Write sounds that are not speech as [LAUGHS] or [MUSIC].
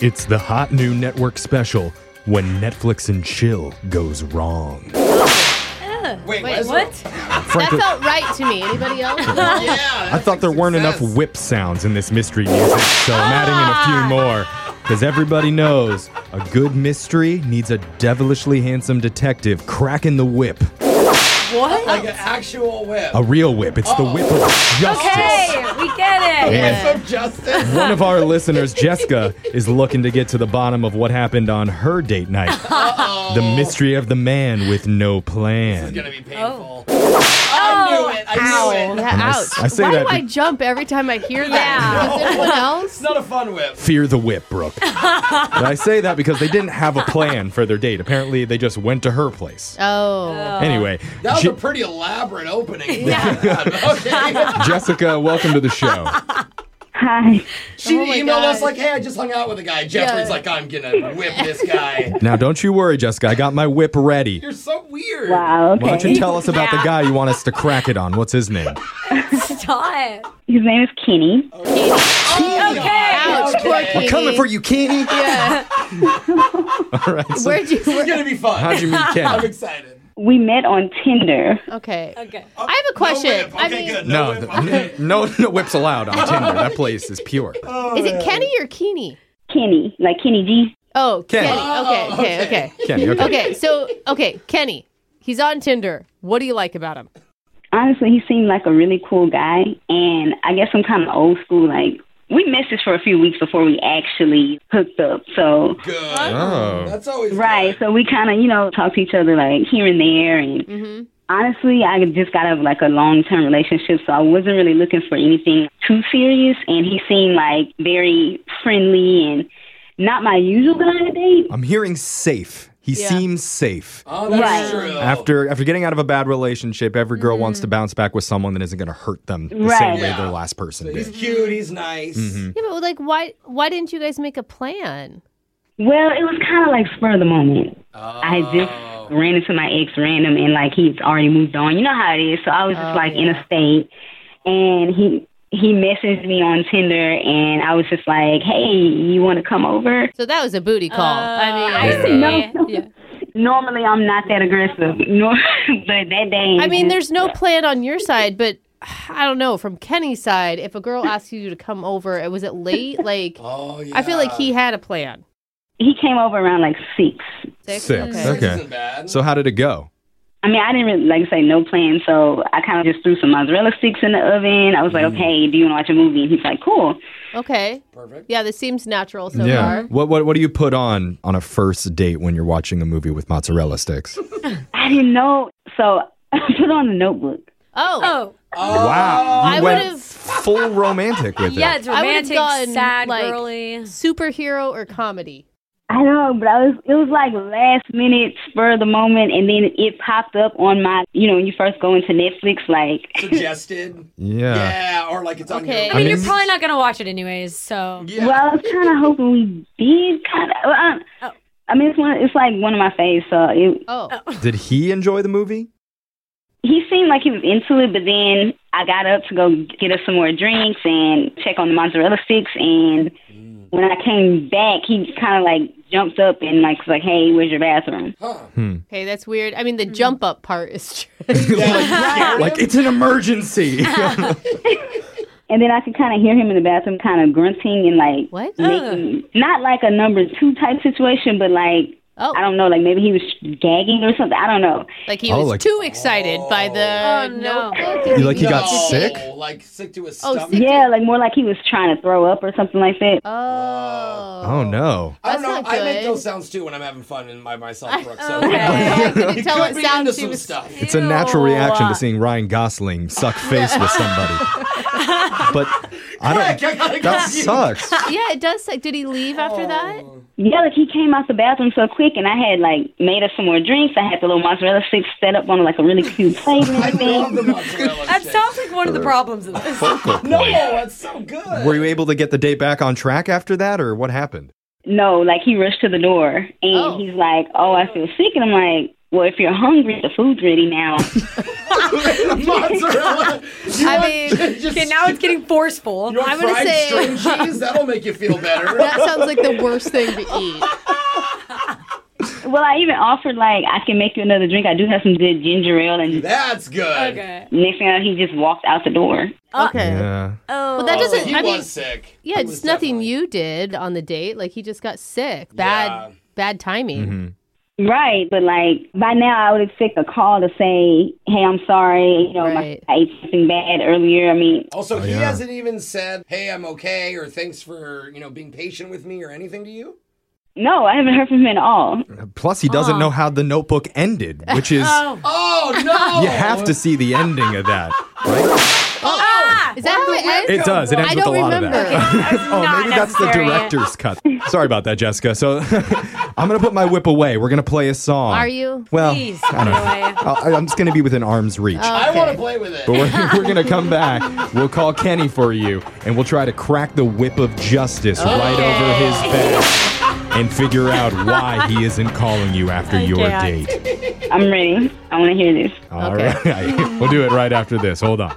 It's the hot new network special when Netflix and chill goes wrong. Wait, Wait, what? Frankly, That felt right to me. Anybody [LAUGHS] else? Yeah. [LAUGHS] I thought there weren't enough whip sounds in this mystery music, so I'm adding in a few more. Because everybody knows a good mystery needs a devilishly handsome detective cracking the whip. Like What? an actual whip. A real whip. It's the whip of justice. Okay, we get it. And Whip of justice. One of our listeners, Jessica, is looking to get to the bottom of what happened on her date night. The mystery of the man with no plan. It's gonna Oh. be painful. I knew it. I Ow. knew it. Yeah, And I ouch. s- I say Why that do I be- jump every time I hear that? Does anyone else? It's not a fun whip. Fear the whip, [LAUGHS] Brooke. but I say that because they didn't have a plan for their date. Apparently, they just went to her place. Oh. Anyway, That was Je- a [LAUGHS] pretty elaborate [LAUGHS] opening. Oh Yeah. [LAUGHS] okay. Jessica, welcome to the show. Hi. She Oh my emailed us gosh. like, "Hey, I just hung out with a guy." Jeffrey's Yeah. like, "I'm gonna whip this [LAUGHS] guy." Now, don't you worry, Jessica. I got my whip ready. You're so weird. Wow. Why don't you Okay. tell us about the guy you want us to crack it on? What's his name? Stop. His name is Kenny. Oh, God. Ouch, Okay. poor Katie. you, Kenny. Yeah. [LAUGHS] All right. So Where'd you? It's gonna be fun. how'd you meet [LAUGHS] [LAUGHS] I'm Kenny? [LAUGHS] excited. We met on Tinder. Okay. Okay. I have a question. No whip. Okay, I mean, good. No, whip. th- no, no whips allowed on Tinder. That place is pure. is it Kenny or Keeney? Kenny, like Kenny G. Oh, Kenny. Kenny. Okay, okay, okay. Kenny, okay. Okay, so okay, Kenny. He's on Tinder. What do you like about him? Honestly, he seemed like a really cool guy, and I guess I'm kind of old school. Like we messaged for a few weeks before we actually hooked up. So Good. Oh. That's always right, so we kind of you know talk to each other like here and there, and honestly, I just got out of like a long term relationship, so I wasn't really looking for anything too serious. And he seemed like very friendly and not my usual guy to date. I'm hearing safe. He Yeah. seems safe. Oh, that's Right. true. After after getting out of a bad relationship, every girl wants to bounce back with someone that isn't going to hurt them the same Right. way Yeah. their last person he's did. cute. He's nice. Mm-hmm. Yeah, but like, why? Why didn't you guys make a plan? Well, it was kind of like spur of the moment. I just ran into my ex random and like he's already moved on. You know how it is. So I was just like in a state, and he he messaged me on Tinder, and I was just like, "Hey, you want to come over?" So that was a booty call. I mean, I see. No. Yeah. Normally, I'm not that aggressive, nor [LAUGHS] but that day. I mean, there's no plan on your side, but I don't know. From Kenny's side, if a girl asks you to come over, was it late? Like, Oh yeah. I feel like he had a plan. he came over around like six. Six. Okay. This Okay. isn't bad. So how did it go? I mean, I didn't really, like I say no plan, so I kind of just threw some mozzarella sticks in the oven. I was like, "Okay, do you want to watch a movie?" And he's like, "Cool." Okay. Perfect. Yeah, this seems natural so far. What what what do you put on on a first date when you're watching a movie with mozzarella sticks? I didn't know. So [LAUGHS] I put on a notebook. Oh, Oh, wow. You I went would've- full romantic [LAUGHS] with yeah, it. it's I would've romantic, gone, sad, like- girly. superhero or comedy? I know, but I was it was like last minute spur of the moment and then it popped up on my you know, when you first go into Netflix like [LAUGHS] Suggested. Yeah. Yeah. Or like it's on Okay. your. I mean, you're mean- probably not gonna watch it anyways, so Yeah. [LAUGHS] Well, I was kinda hoping we did kinda well, I, Oh. I mean it's one it's like one of my faves, so it, Oh, Did he enjoy the movie? [LAUGHS] he seemed like he was into it but then I got up to go get us some more drinks and check on the mozzarella sticks and Mm. when I came back he kinda like jumped up and like was like, Hey, where's your bathroom? huh. okay, that's weird. I mean, the jump up part is [LAUGHS] true. like, like it's an emergency. And then I could kind of hear him in the bathroom, kind of grunting and like What? making Mm, not like a number two type situation, but like Oh. I don't know, like maybe he was gagging or something. I don't know. Like he Oh, was like- too excited by the Oh, no. notebook. Did like he got No, sick? Like sick to his Oh, stomach. sick. Yeah, like more like he was trying to throw up or something like that. Oh. [LAUGHS] oh no. I don't That's know. not I make good. oh, those sounds too when I'm having fun and by myself, Brooke. So [LAUGHS] I couldn't It tell could what be sound into she some was- [LAUGHS] stuff. It's a natural Ew. reaction to seeing Ryan Gosling suck face with somebody. but I Heck, [LAUGHS] I gotta don't. go [LAUGHS] That [LAUGHS] pee. sucks. Yeah, it does. Like, did he leave after that? Yeah, like he came out the bathroom so quick, and I had like made us some more drinks. I had the little mozzarella sticks set up on like a really [LAUGHS] cute plate and I love everything. the mozzarella [LAUGHS] that sticks. sounds like one Uh, of the problems of this. No, that's so good. Were you able to get the date back on track after that, or what happened? No, like he rushed to the door and Oh. he's like, "Oh, I feel sick," and I'm like, well, if you're hungry, the food's [LAUGHS] ready now. Mozzarella. You I want- mean, just- Okay, now it's getting [LAUGHS] forceful. you want I would fried say- string cheese? That'll make you feel better. [LAUGHS] That sounds like the worst thing to eat. well, I even offered like I can make you another drink. I do have some good ginger ale, and That's good. Okay. next thing out, he just walked out the door. Okay. Yeah. Oh. Well, that Oh, doesn't. he I mean, was sick. yeah, He it's was nothing definitely- you did on the date. Like he just got sick. Bad, Yeah. bad timing. Mm-hmm. Right, but like by now, I would expect a call to say, "Hey, I'm sorry. You know, Right. my, I ate something bad earlier. I mean, Also, he Oh, yeah. hasn't even said, "Hey, I'm okay," or "Thanks for you know being patient with me" or anything to you. no, I haven't heard from him at all." Plus, he doesn't know how the notebook ended, which is Oh no! [LAUGHS] you have to see the ending of that. Oh. Ah! [LAUGHS] Is that how it It ends? does. It ends I with a don't lot of remember. that. Oh, Not maybe that's the necessary. director's cut. Sorry about that, Jessica. So [LAUGHS] I'm going to put my whip away. We're going to play a song. Are you? Well, Please, I don't know. by the way. I- I'm just going to be within arm's reach. I Okay. want to play with it. But we're, [LAUGHS] we're going to come back. We'll call Kenny for you, and we'll try to crack the whip of justice right over his back and figure out why he isn't calling you after your can't. date. I'm ready. I want to hear this. All Okay. [LAUGHS] right. We'll do it right after this. Hold on.